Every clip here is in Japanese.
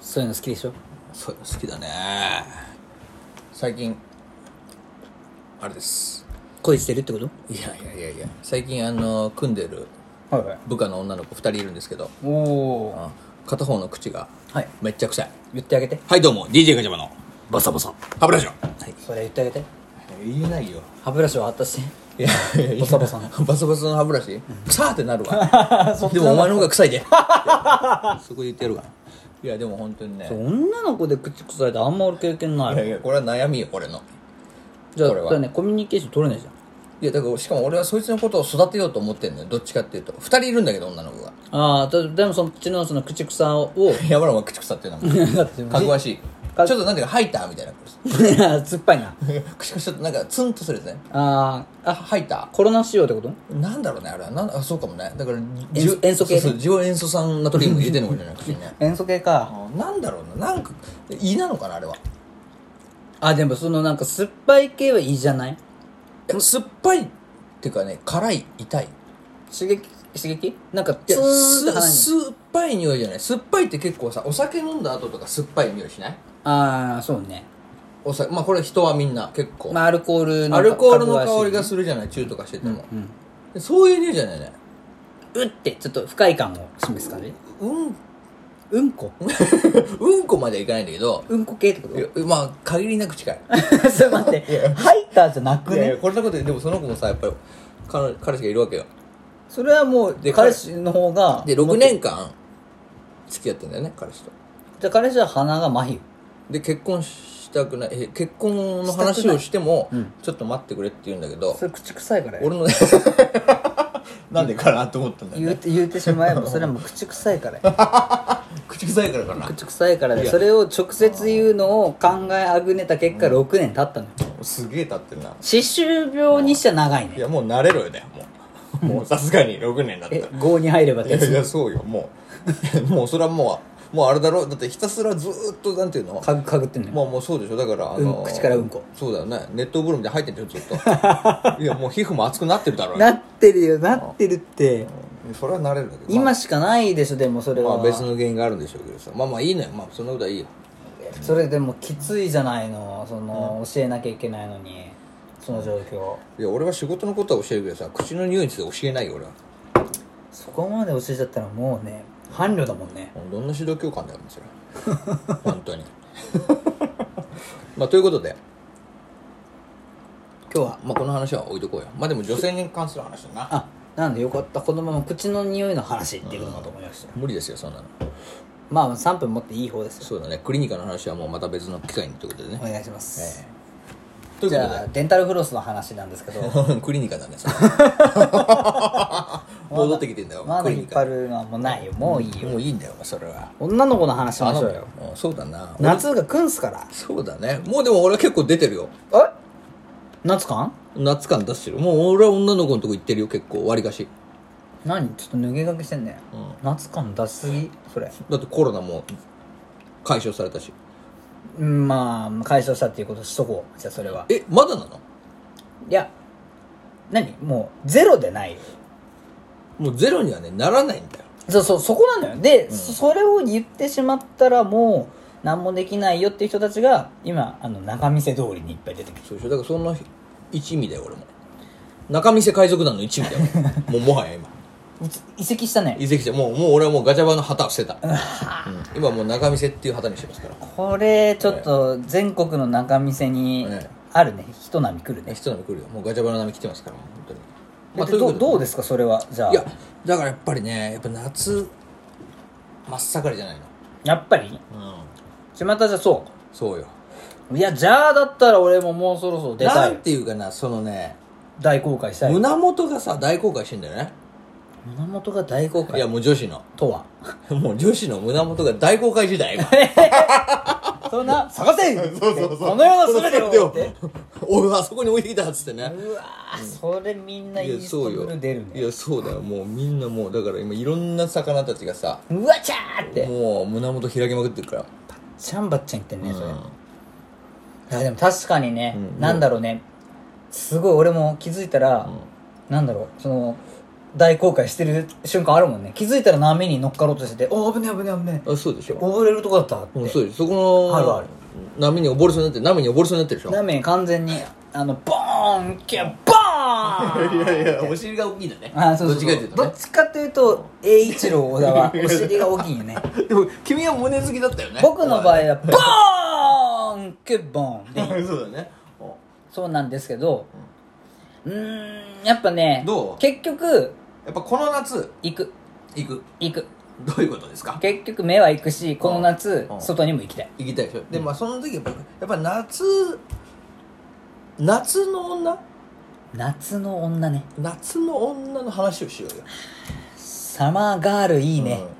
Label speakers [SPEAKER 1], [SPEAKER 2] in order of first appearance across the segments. [SPEAKER 1] そういうの好きでしょ
[SPEAKER 2] そういうの好きだね最近あれです
[SPEAKER 1] 恋してるってこと
[SPEAKER 2] いやいやいやいや最近あの組んでる
[SPEAKER 1] はいはい
[SPEAKER 2] 部下の女の子2人いるんですけど、
[SPEAKER 1] おお
[SPEAKER 2] うん片方の口が
[SPEAKER 1] はい
[SPEAKER 2] めっちゃ臭い
[SPEAKER 1] 言ってあげて
[SPEAKER 2] はいどうも DJ ガチャバのバサバサ歯ブラシをはい
[SPEAKER 1] それ言ってあげて
[SPEAKER 2] 言えないよ
[SPEAKER 1] 歯ブラシを渡して
[SPEAKER 2] いやいやいや
[SPEAKER 1] バサバサの
[SPEAKER 2] バサバサの歯ブラシ臭ーってなるわ
[SPEAKER 1] そっち
[SPEAKER 2] で
[SPEAKER 1] の
[SPEAKER 2] もお前の方が臭い でそこで言ってやるわいやでも本当にね
[SPEAKER 1] 女の子で口臭いってあんま俺経験ない
[SPEAKER 2] いやいやこれは悩みよ俺の
[SPEAKER 1] じゃあ
[SPEAKER 2] こ
[SPEAKER 1] だ
[SPEAKER 2] れは
[SPEAKER 1] からねコミュニケーション取れないじゃん
[SPEAKER 2] いやだからしかも俺はそいつのことを育てようと思ってんのよどっちかっていうと2人いるんだけど女の子が
[SPEAKER 1] ああでもそっちのその口臭を
[SPEAKER 2] やばらお前口腐ってるな
[SPEAKER 1] だ って
[SPEAKER 2] もうかぐわしいち
[SPEAKER 1] か
[SPEAKER 2] ょっとなんていうかハイターみたいな
[SPEAKER 1] 酸っぱいな
[SPEAKER 2] 口がちょっとなんかツンとするやつね
[SPEAKER 1] あ
[SPEAKER 2] あハイタ
[SPEAKER 1] あコロナ仕様ってこと
[SPEAKER 2] ーなんだろうねあれはなんあそうかもねだから
[SPEAKER 1] 塩素塩素系ね
[SPEAKER 2] そうそうジオ塩素酸ナトリウム入れてんのかもしれない口に ね
[SPEAKER 1] 塩素系か
[SPEAKER 2] あなんだろうななんか胃なのかなあれは
[SPEAKER 1] あでもそのなんか酸っぱい系はいいじゃない
[SPEAKER 2] 酸っぱいっていうかね辛い痛い
[SPEAKER 1] 刺激刺激なんか
[SPEAKER 2] い
[SPEAKER 1] ツ
[SPEAKER 2] や
[SPEAKER 1] ーンって
[SPEAKER 2] す
[SPEAKER 1] 鼻に
[SPEAKER 2] 酸っぱい匂いじゃない酸っぱいって結構さお酒飲んだ後とか酸っぱい匂いしない
[SPEAKER 1] ああそうね
[SPEAKER 2] お酒まあこれ人はみんな結構、
[SPEAKER 1] まあアルコールの
[SPEAKER 2] アルコールの
[SPEAKER 1] かぐわしい
[SPEAKER 2] 香りがするじゃないチューとかしてても、そういう匂いじゃないね
[SPEAKER 1] うってちょっと不快感を示す感じ
[SPEAKER 2] うん
[SPEAKER 1] うんこ
[SPEAKER 2] うんこまではいかないんだけど
[SPEAKER 1] うんこ系ってこ
[SPEAKER 2] いやまあ限りなく 近い
[SPEAKER 1] とそれ待って入ったじゃなく
[SPEAKER 2] いやい
[SPEAKER 1] ね
[SPEAKER 2] やこれなことででもその子もさやっぱり彼彼氏がいるわけよ
[SPEAKER 1] それはもう
[SPEAKER 2] で
[SPEAKER 1] 彼氏の方が
[SPEAKER 2] で6年間付き合ってんだよね彼氏と
[SPEAKER 1] じゃあ彼氏は鼻が麻痺
[SPEAKER 2] で結婚したくないえ結婚の
[SPEAKER 1] した
[SPEAKER 2] 話
[SPEAKER 1] くな
[SPEAKER 2] を
[SPEAKER 1] い
[SPEAKER 2] しても
[SPEAKER 1] うん
[SPEAKER 2] ちょっと待ってくれって言うんだけど
[SPEAKER 1] それ口臭いからよ
[SPEAKER 2] 俺 のなんでかなと思ったんだ
[SPEAKER 1] 言うて言うてしまえ ばそれはもう口臭いからよ
[SPEAKER 2] 口臭いからかな
[SPEAKER 1] 口臭いからでそれを直接言うのを考えあぐねた結果6年経ったのよ
[SPEAKER 2] すげえ立ってるな
[SPEAKER 1] 歯周病にしちゃ長い
[SPEAKER 2] い
[SPEAKER 1] ね
[SPEAKER 2] やもう慣れろよねもうもうさすがに6年だった
[SPEAKER 1] え
[SPEAKER 2] ら
[SPEAKER 1] 5に入ればってや
[SPEAKER 2] いや
[SPEAKER 1] つ
[SPEAKER 2] いやそうよもう もうそれはもうもうあれだろだってひたすらずーっとなんていうの
[SPEAKER 1] かぐかぐってんのよ
[SPEAKER 2] まあもうそうでしょだからあの
[SPEAKER 1] うん口からうんこ
[SPEAKER 2] そうだよね熱湯風呂みたいに入ってるでし ょずっといやもう皮膚も熱くなってるだろうよ
[SPEAKER 1] なってるよなってるって
[SPEAKER 2] うんそれは慣れるんだけどま
[SPEAKER 1] 今しかないでしょでもそれ
[SPEAKER 2] あま
[SPEAKER 1] は
[SPEAKER 2] あ別の原因があるんでしょうけどさまあまあいいのよまあそんなことはいいよ
[SPEAKER 1] それでもきついじゃないのその教えなきゃいけないのにその状況
[SPEAKER 2] いや俺は仕事のことは教えるけどさ口の匂いについて教えないよ俺は
[SPEAKER 1] そこまで教えちゃったらもうね伴侶だもんね
[SPEAKER 2] もうどんな指導教官だよ それ本当に まあということで今日は、まあ、この話は置いとこうよまあでも女性に関する話だな
[SPEAKER 1] あなんでよかったこのまま口の匂いの話っていうのかと思いました
[SPEAKER 2] 無理ですよそんなの
[SPEAKER 1] まあ3分持っていい方ですよ
[SPEAKER 2] そうだねクリニカの話はもうまた別の機会にということでね
[SPEAKER 1] お、願いします、
[SPEAKER 2] という
[SPEAKER 1] じ
[SPEAKER 2] こ
[SPEAKER 1] ゃあデンタルフロスの話なんですけ ど
[SPEAKER 2] とで クリニカだね それ戻ってきてんだよ、
[SPEAKER 1] ま
[SPEAKER 2] ク
[SPEAKER 1] だ
[SPEAKER 2] リ
[SPEAKER 1] 引
[SPEAKER 2] ニ
[SPEAKER 1] っ張
[SPEAKER 2] カ
[SPEAKER 1] るのはもうないよもういいよ
[SPEAKER 2] もういいんだよそれは
[SPEAKER 1] 女の子の話しましょうよ
[SPEAKER 2] うんそうだな
[SPEAKER 1] 夏が来んすから
[SPEAKER 2] そうだねもうでも俺は結構出てるよ
[SPEAKER 1] え夏感
[SPEAKER 2] 夏感出してるもう俺は女の子のとこ行ってるよ結構わりかし
[SPEAKER 1] 何ちょっと脱げ掛けしてんね、
[SPEAKER 2] うん
[SPEAKER 1] 夏感出しすぎそれ
[SPEAKER 2] だってコロナも解消されたし
[SPEAKER 1] うんまあ解消したっていうことしとこうじゃあそれは
[SPEAKER 2] えまだなの
[SPEAKER 1] いや何もうゼロでないよ
[SPEAKER 2] もうゼロにはねならないんだよ
[SPEAKER 1] そうそうそこなのよで、そそれを言ってしまったらもう何もできないよっていう人たちが今あの仲見世通りにいっぱい出てくる
[SPEAKER 2] そうでしょだからそんな一味だよ俺も中見世海賊団の一味だよ 俺もうもはや今
[SPEAKER 1] うち移籍したね
[SPEAKER 2] 移籍してもうもう俺はもうガチャバの旗を捨て た、うん今もう中見世っていう旗にしてますから
[SPEAKER 1] これちょっと全国の仲見世に
[SPEAKER 2] ええ
[SPEAKER 1] あるね人波来るね
[SPEAKER 2] え人並み来るよもうガチャバの波来てますからもう本当にまあ
[SPEAKER 1] で
[SPEAKER 2] という
[SPEAKER 1] ど
[SPEAKER 2] こと
[SPEAKER 1] う
[SPEAKER 2] で
[SPEAKER 1] どうですかそれはじゃあ
[SPEAKER 2] いやだからやっぱりねやっぱ夏真っ盛りじゃないの
[SPEAKER 1] やっぱり
[SPEAKER 2] うん
[SPEAKER 1] 巷じゃそう
[SPEAKER 2] そうよ
[SPEAKER 1] いや、じゃあだったら俺ももうそろそろ出た
[SPEAKER 2] ないん
[SPEAKER 1] よ。
[SPEAKER 2] ていうかなそのね
[SPEAKER 1] 大公開したいよ。
[SPEAKER 2] 胸元がさ大公開してんだよね
[SPEAKER 1] 胸元が大公
[SPEAKER 2] いや
[SPEAKER 1] 開
[SPEAKER 2] もう女子の
[SPEAKER 1] とは。
[SPEAKER 2] もう女子の胸元が大公開 時代今
[SPEAKER 1] そんな、探せこの世の全てをって。
[SPEAKER 2] おいあそこに置いてきたっつってね
[SPEAKER 1] うわぁ、それみんないいスト
[SPEAKER 2] そう
[SPEAKER 1] ブ
[SPEAKER 2] よ
[SPEAKER 1] ル出る
[SPEAKER 2] い
[SPEAKER 1] ね。
[SPEAKER 2] やそうだよもうみんなもうだから今いろんな魚たちがさ
[SPEAKER 1] うわちゃーって。
[SPEAKER 2] もう胸元開きまくってるから
[SPEAKER 1] ちゃんばっちゃん言ってんね、それ。
[SPEAKER 2] うん
[SPEAKER 1] いや、でも確かにね
[SPEAKER 2] う、ん
[SPEAKER 1] なんだろうね。すごい俺も気づいたら、なんだろう、その、大航海してる瞬間あるもんね気づいたら波に乗っかろうとしてて「おー危ねえ危ねえ危ねえ
[SPEAKER 2] あそうでしょ
[SPEAKER 1] 溺れるとこだった」っ
[SPEAKER 2] うん
[SPEAKER 1] て
[SPEAKER 2] そうですそこの
[SPEAKER 1] あるある
[SPEAKER 2] 波に溺れそうになって波に溺れそうになってるでしょ
[SPEAKER 1] 波に完全にあのボーンキャボーン
[SPEAKER 2] いやいやお尻が大きいんだね
[SPEAKER 1] あそうそうそう
[SPEAKER 2] どっちかっていうと
[SPEAKER 1] どっちかというと栄一郎小田 はお尻が大きいよね
[SPEAKER 2] ねでも君は胸好きだったよね
[SPEAKER 1] 僕の場合 はボーンキャボーンで
[SPEAKER 2] そうだねお
[SPEAKER 1] そうなんですけどうーんやっぱね
[SPEAKER 2] どう
[SPEAKER 1] 結局
[SPEAKER 2] やっぱこの夏
[SPEAKER 1] 行く
[SPEAKER 2] 行く
[SPEAKER 1] 行く
[SPEAKER 2] どういうことですか
[SPEAKER 1] 結局目は行くしこの夏
[SPEAKER 2] うん
[SPEAKER 1] 外にも行きたい
[SPEAKER 2] 行きたいでしょでまあその時やっぱやっぱ夏夏の女
[SPEAKER 1] 夏の女ね
[SPEAKER 2] 夏の女の話をしようよ
[SPEAKER 1] サマーガールいいね、
[SPEAKER 2] うん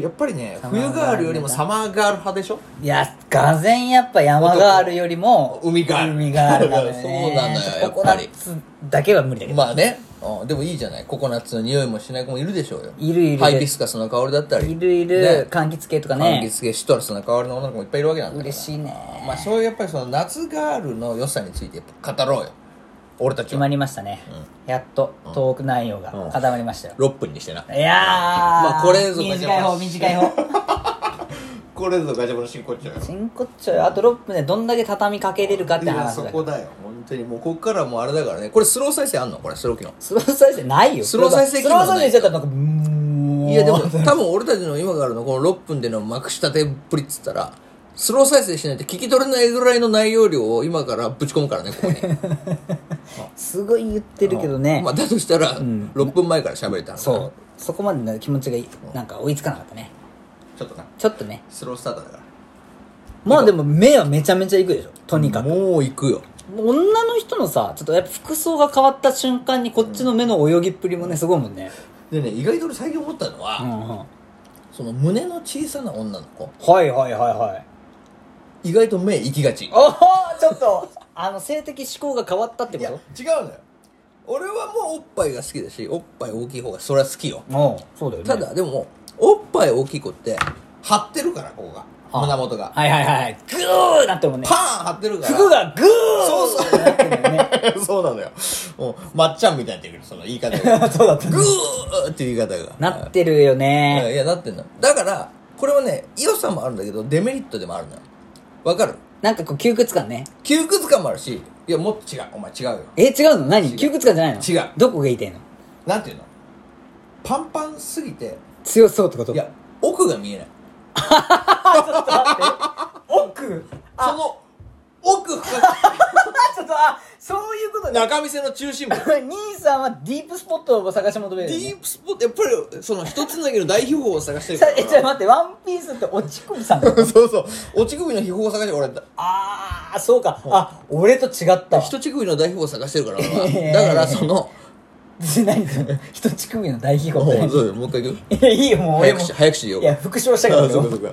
[SPEAKER 2] やっぱりね
[SPEAKER 1] サマーガー
[SPEAKER 2] 冬
[SPEAKER 1] ル
[SPEAKER 2] ガールよりもサマーガール派でしょ
[SPEAKER 1] いやがぜんやっぱ山ガールよりも
[SPEAKER 2] 男海ガール
[SPEAKER 1] 海ガールなんだよね
[SPEAKER 2] そうなのよやっぱり
[SPEAKER 1] ココナッツだけは無理だけど、
[SPEAKER 2] まあね、うんでもいいじゃないココナッツの匂いもしない子もいるでしょうよ
[SPEAKER 1] いるいる
[SPEAKER 2] ハイビスカスの香りだったり
[SPEAKER 1] いるいる、
[SPEAKER 2] ね
[SPEAKER 1] 柑橘系とか
[SPEAKER 2] 柑
[SPEAKER 1] ね
[SPEAKER 2] 橘系シトラスの香りの女の子もいっぱいいるわけなんだから
[SPEAKER 1] 嬉しいね
[SPEAKER 2] まあそういうやっぱりその夏ガールの良さについてやっぱ語ろうよ俺たち
[SPEAKER 1] 決
[SPEAKER 2] は
[SPEAKER 1] まりましたね、やっとトーク内容が固まりましたよ、
[SPEAKER 2] 6分にしてない
[SPEAKER 1] やー、ま
[SPEAKER 2] あこれぞ
[SPEAKER 1] 短い方短い方
[SPEAKER 2] これぞガジャバの真骨頂よ
[SPEAKER 1] 真骨頂よあと6分でどんだけ畳みかけれるかって
[SPEAKER 2] いや
[SPEAKER 1] 話
[SPEAKER 2] そ
[SPEAKER 1] だ
[SPEAKER 2] こだよ本当にもうここからはもうあれだからねこれスロー再生あんのこれスロー機能
[SPEAKER 1] スロー再生ないよ
[SPEAKER 2] スロー再生
[SPEAKER 1] スロー再生しちゃったらなんかうーん
[SPEAKER 2] いやでも多分俺たちの今からのこの6分でのまくしたてっぷりっつったらスロー再生しないと聞き取れないぐらいの内容量を今からぶち込むからねここに
[SPEAKER 1] すごい言ってるけどね、
[SPEAKER 2] まあだとしたら6分前から喋れたのかな
[SPEAKER 1] そうそこまでの気持ちがいなんか追いつかなかったね
[SPEAKER 2] ちょっとな
[SPEAKER 1] ちょっとね
[SPEAKER 2] スロースタートだか
[SPEAKER 1] まあでも目はめちゃめちゃいくでしょとにからく
[SPEAKER 2] もう行くよ
[SPEAKER 1] 女の人のさちょっとやっぱ服装が変わった瞬間にこっちの目の泳ぎっぷりもねすごいもんね
[SPEAKER 2] でね意外と俺最近思ったのは、
[SPEAKER 1] うんうんは
[SPEAKER 2] その胸の小さな女の子
[SPEAKER 1] いはいはいはい
[SPEAKER 2] 意外と目行きがち
[SPEAKER 1] おおちょっとあの性的思考が変わったって
[SPEAKER 2] い
[SPEAKER 1] こ
[SPEAKER 2] や
[SPEAKER 1] と
[SPEAKER 2] 違うのよ俺はもうおっぱいが好きだしおっぱい大きい方がそれは好きよ
[SPEAKER 1] おうそうだよね
[SPEAKER 2] ただでもおっぱい大きい子って張ってるからここが胸元が
[SPEAKER 1] はいはいはいグーなってるもんね
[SPEAKER 2] パーン張ってるから
[SPEAKER 1] 服がグー
[SPEAKER 2] そう
[SPEAKER 1] そうなってるよね
[SPEAKER 2] そうなのよもうまっちゃんみたいになってるその言い方 が
[SPEAKER 1] そうだった
[SPEAKER 2] グーっていう言い方が
[SPEAKER 1] なってるよね
[SPEAKER 2] いやなってんのだからこれはね良さもあるんだけどデメリットでもあるのよわかる
[SPEAKER 1] なんかこう窮屈感ね
[SPEAKER 2] 窮屈感もあるしいやもっと違うお前違うよ
[SPEAKER 1] え違うの何窮屈感じゃないの
[SPEAKER 2] 違う
[SPEAKER 1] どこが言いたいの
[SPEAKER 2] なんていうのパンパンすぎて
[SPEAKER 1] 強そうってこと
[SPEAKER 2] いや奥が見えない
[SPEAKER 1] 奥
[SPEAKER 2] その奥深く
[SPEAKER 1] あちょっとあそういうことね
[SPEAKER 2] 中見せの中心部
[SPEAKER 1] 兄さんはディープスポットを探し求め
[SPEAKER 2] デ
[SPEAKER 1] るよね
[SPEAKER 2] ィープスポットやっぱりその一つなぎの大秘宝を探してる
[SPEAKER 1] さ
[SPEAKER 2] から
[SPEAKER 1] えちょっと待ってワンピースって落ち込みさんだ
[SPEAKER 2] そうそうお乳首の秘宝を探して俺だ
[SPEAKER 1] ああそうかあ俺と違ったわ
[SPEAKER 2] 人乳首の大秘宝を探してるから俺は
[SPEAKER 1] えー
[SPEAKER 2] だからその
[SPEAKER 1] 何それ 人乳首の大秘
[SPEAKER 2] も
[SPEAKER 1] 宝
[SPEAKER 2] うそうよもう一回行く
[SPEAKER 1] いやいいよもう俺
[SPEAKER 2] 早
[SPEAKER 1] も
[SPEAKER 2] 口早口言おう
[SPEAKER 1] いや復唱したけ
[SPEAKER 2] あそうか
[SPEAKER 1] ど
[SPEAKER 2] そうか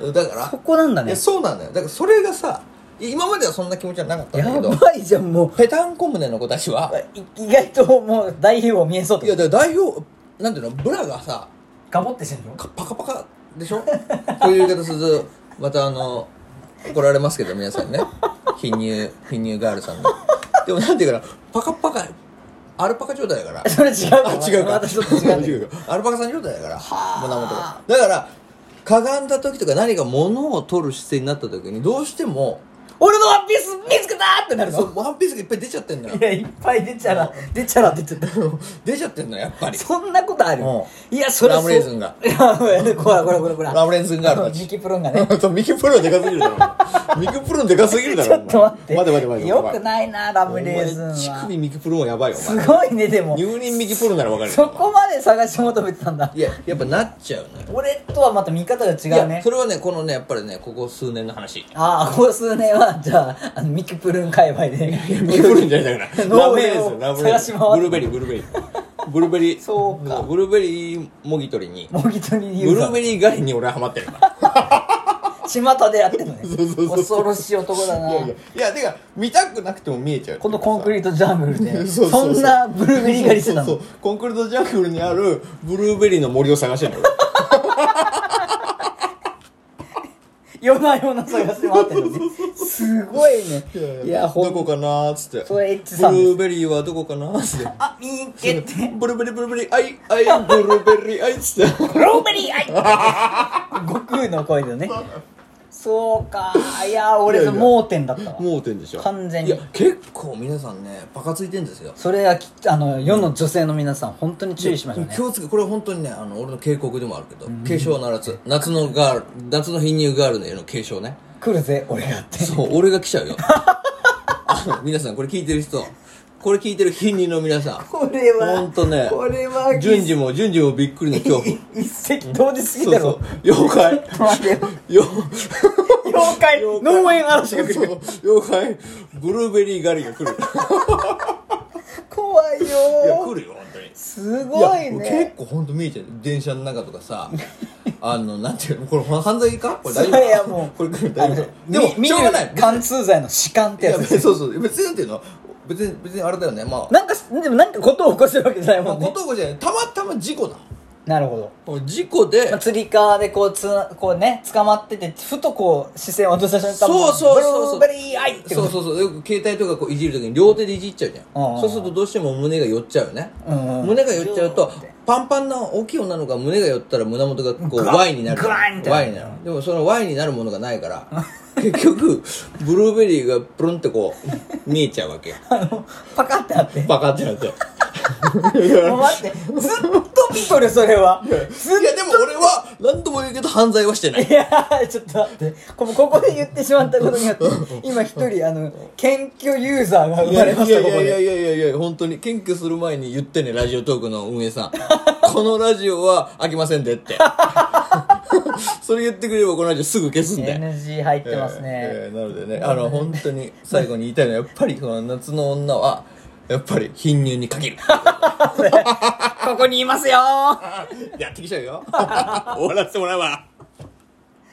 [SPEAKER 2] うんだから
[SPEAKER 1] ここなんだ
[SPEAKER 2] い
[SPEAKER 1] ね
[SPEAKER 2] やそうなんだよだからそれがさ今まではそんな気持ちはなかったんだけ
[SPEAKER 1] や
[SPEAKER 2] ど
[SPEAKER 1] ばいじゃんもう
[SPEAKER 2] ペタンコ胸の子たちはい
[SPEAKER 1] 意外ともう大秘宝見えそうっ
[SPEAKER 2] い
[SPEAKER 1] てこ
[SPEAKER 2] や
[SPEAKER 1] と
[SPEAKER 2] だから代表なんていうのブラがさ
[SPEAKER 1] ガボってしてるの
[SPEAKER 2] かパカパカでしょ こういう言い方するとまたあの怒られますけど皆さんね貧乳貧乳ガールさんのでもなんていうかなパカパカアルパカ状態 だから
[SPEAKER 1] それ違う
[SPEAKER 2] あ
[SPEAKER 1] か
[SPEAKER 2] 違うか
[SPEAKER 1] またちょっと違うんだけど
[SPEAKER 2] 違うかアルパカさん状態だから胸元がだからかがんだ時とか何か物を取る姿勢になった時にどうしても
[SPEAKER 1] 俺のワンピース見つけたーってなる
[SPEAKER 2] そ
[SPEAKER 1] の
[SPEAKER 2] うワンピースがいっぱい出ちゃってんのよ
[SPEAKER 1] いやいっぱい出ちゃら出ちゃらって言ってた
[SPEAKER 2] 出ちゃってんのよやっぱり
[SPEAKER 1] そんなことある
[SPEAKER 2] う
[SPEAKER 1] いやそれ
[SPEAKER 2] ラムレーズンが
[SPEAKER 1] いやほらほらほらほら
[SPEAKER 2] ラムレーズン ガールたち
[SPEAKER 1] ジ キプロンがね
[SPEAKER 2] ミキプロでかすぎるだろお前ミキプロでかすぎる だ
[SPEAKER 1] ち
[SPEAKER 2] ろ
[SPEAKER 1] ょっと待って
[SPEAKER 2] お前待て待て待て
[SPEAKER 1] よくないなラ
[SPEAKER 2] お
[SPEAKER 1] ム
[SPEAKER 2] 前
[SPEAKER 1] レーズン
[SPEAKER 2] 乳
[SPEAKER 1] は
[SPEAKER 2] 首ミキプロもやばいよお
[SPEAKER 1] すごいねでも
[SPEAKER 2] 前入人ミキプロならわかるよ
[SPEAKER 1] そこまで探し求めてたんだ
[SPEAKER 2] いややっぱなっちゃうのよ
[SPEAKER 1] 俺とはまた見方が違う
[SPEAKER 2] いや
[SPEAKER 1] ね
[SPEAKER 2] それはねこのねやっぱりねここ数年 の話
[SPEAKER 1] ああここ数年はじゃああのミキプルン界隈で
[SPEAKER 2] ミキプロじゃないだ から
[SPEAKER 1] ノ
[SPEAKER 2] ラ
[SPEAKER 1] ー
[SPEAKER 2] ム
[SPEAKER 1] ベ
[SPEAKER 2] レ
[SPEAKER 1] ル
[SPEAKER 2] ー
[SPEAKER 1] を
[SPEAKER 2] ズンラムレ
[SPEAKER 1] 探
[SPEAKER 2] ーズン
[SPEAKER 1] し回って
[SPEAKER 2] ブルーベリーブルーベリーブルーベリー
[SPEAKER 1] そうか
[SPEAKER 2] ブルーベリーもぎ取りに
[SPEAKER 1] もぎ取りに
[SPEAKER 2] ブ
[SPEAKER 1] 言う
[SPEAKER 2] ル
[SPEAKER 1] か
[SPEAKER 2] ーベリー狩りに俺はハマってるから
[SPEAKER 1] 巷でやってるのね恐ろしい男だ
[SPEAKER 2] いやい
[SPEAKER 1] な
[SPEAKER 2] やいやてか見たくなくても見えちゃう
[SPEAKER 1] このコンクリートジャングルで
[SPEAKER 2] そう
[SPEAKER 1] そ
[SPEAKER 2] そうそうん
[SPEAKER 1] なブルーベリー狩りしてた
[SPEAKER 2] そう
[SPEAKER 1] の
[SPEAKER 2] そうそうコンクリートジャングルにあるブルーベリーの森を探してるのよ
[SPEAKER 1] 夜な夜な探して回ってるのねすごいねいやほ
[SPEAKER 2] ど
[SPEAKER 1] ん
[SPEAKER 2] こかなーっつって
[SPEAKER 1] それエッチ
[SPEAKER 2] ブル
[SPEAKER 1] さんです
[SPEAKER 2] ーベリーはどこかなーっつって
[SPEAKER 1] あ見ーけって
[SPEAKER 2] ブルーベリーブルーベリーあいあ いブルーベリーあいっつって
[SPEAKER 1] ブルーベリーアイ悟空の声でねそうかいや俺
[SPEAKER 2] いやいや
[SPEAKER 1] 盲点だったわ
[SPEAKER 2] 盲点でしょ
[SPEAKER 1] 完全
[SPEAKER 2] い
[SPEAKER 1] に
[SPEAKER 2] や結構皆さんねバカついてんですよ
[SPEAKER 1] それはきあの世の女性の皆さん本当に注意しましょうね
[SPEAKER 2] 気をつけこれ本当にねあの俺の警告でもあるけど警鐘は鳴らす夏のガール夏の貧乳ガールへの警鐘 ね
[SPEAKER 1] 来るぜ俺がって
[SPEAKER 2] そう俺が来ちゃうよあの皆さんこれ聞いてる人これ聞いてる貧乳の皆さん
[SPEAKER 1] これは
[SPEAKER 2] ほんとね
[SPEAKER 1] これは
[SPEAKER 2] 順次も順次もびっくりの 恐怖
[SPEAKER 1] 一石投じすぎ
[SPEAKER 2] そう
[SPEAKER 1] だ
[SPEAKER 2] そ
[SPEAKER 1] ろ
[SPEAKER 2] う妖怪
[SPEAKER 1] ちょっと待ってよ
[SPEAKER 2] よ
[SPEAKER 1] 妖怪
[SPEAKER 2] 妖怪
[SPEAKER 1] ノーエン嵐が来
[SPEAKER 2] そ
[SPEAKER 1] る
[SPEAKER 2] う妖怪ブルーベリー狩りが 来る
[SPEAKER 1] 怖いよ
[SPEAKER 2] いや来るよ本当に
[SPEAKER 1] すごい
[SPEAKER 2] や結
[SPEAKER 1] ね
[SPEAKER 2] 構本当見えてる電車の中と かさあのなんていうのこれ犯罪かこれ大
[SPEAKER 1] それ
[SPEAKER 2] 丈
[SPEAKER 1] は
[SPEAKER 2] 夫
[SPEAKER 1] もう
[SPEAKER 2] これ来る大丈
[SPEAKER 1] あ
[SPEAKER 2] 夫
[SPEAKER 1] の
[SPEAKER 2] でも
[SPEAKER 1] み
[SPEAKER 2] しょうがない
[SPEAKER 1] 見る貫通罪の弛緩ってや
[SPEAKER 2] いや
[SPEAKER 1] つで
[SPEAKER 2] 別に
[SPEAKER 1] す
[SPEAKER 2] そうそう別になんていうの別に別にあれだよねまあ
[SPEAKER 1] なんかでもなんかことを起こしてるわけじゃないも
[SPEAKER 2] まあ
[SPEAKER 1] んね
[SPEAKER 2] ことごじゃないたまたま事故だ
[SPEAKER 1] なるほど
[SPEAKER 2] 事故で
[SPEAKER 1] まあ、釣り革でこうつなこうね捕まっててふとこう視線を落とした瞬間
[SPEAKER 2] そうそうそうそう
[SPEAKER 1] ブルーベリーアイって
[SPEAKER 2] そうそうそうよく携帯とかこういじるときに両手でいじっちゃうじゃ
[SPEAKER 1] うんうん
[SPEAKER 2] んそうするとどうしても胸が寄っちゃうよね
[SPEAKER 1] うんうん
[SPEAKER 2] 胸が寄っちゃうとパンパンな大きい女の子が胸が寄ったら胸元がこう
[SPEAKER 1] グワ
[SPEAKER 2] Y になる
[SPEAKER 1] グワーンって
[SPEAKER 2] Y になるでもその Y になるものがないから結局ブルーベリーがプルンってこう見えちゃうわ けよ
[SPEAKER 1] あのパカってあって
[SPEAKER 2] バカってなってい
[SPEAKER 1] もう待ってずっと見とるそれはずっ
[SPEAKER 2] やでも俺は何とも言うけど犯罪はしてない
[SPEAKER 1] いやーちょっと待ってこここで言ってしまったことによって今一人あの謙虚ユーザーが生
[SPEAKER 2] い
[SPEAKER 1] ま
[SPEAKER 2] や
[SPEAKER 1] れ
[SPEAKER 2] い
[SPEAKER 1] ま
[SPEAKER 2] やい
[SPEAKER 1] したここ
[SPEAKER 2] やいや
[SPEAKER 1] で
[SPEAKER 2] いやいやいや本当に謙虚する前に言ってねラジオトークの運営さんこのラジオは飽きませんでって それ言ってくれればこのラジオすぐ消すんで
[SPEAKER 1] NG 入ってますね、
[SPEAKER 2] えーえーなのでねあの本当に最後に言いたいのはやっぱりこの夏の女はやっぱり貧乳に限る
[SPEAKER 1] ここにいますよー
[SPEAKER 2] やってきちゃうよ終わらせてもらうわ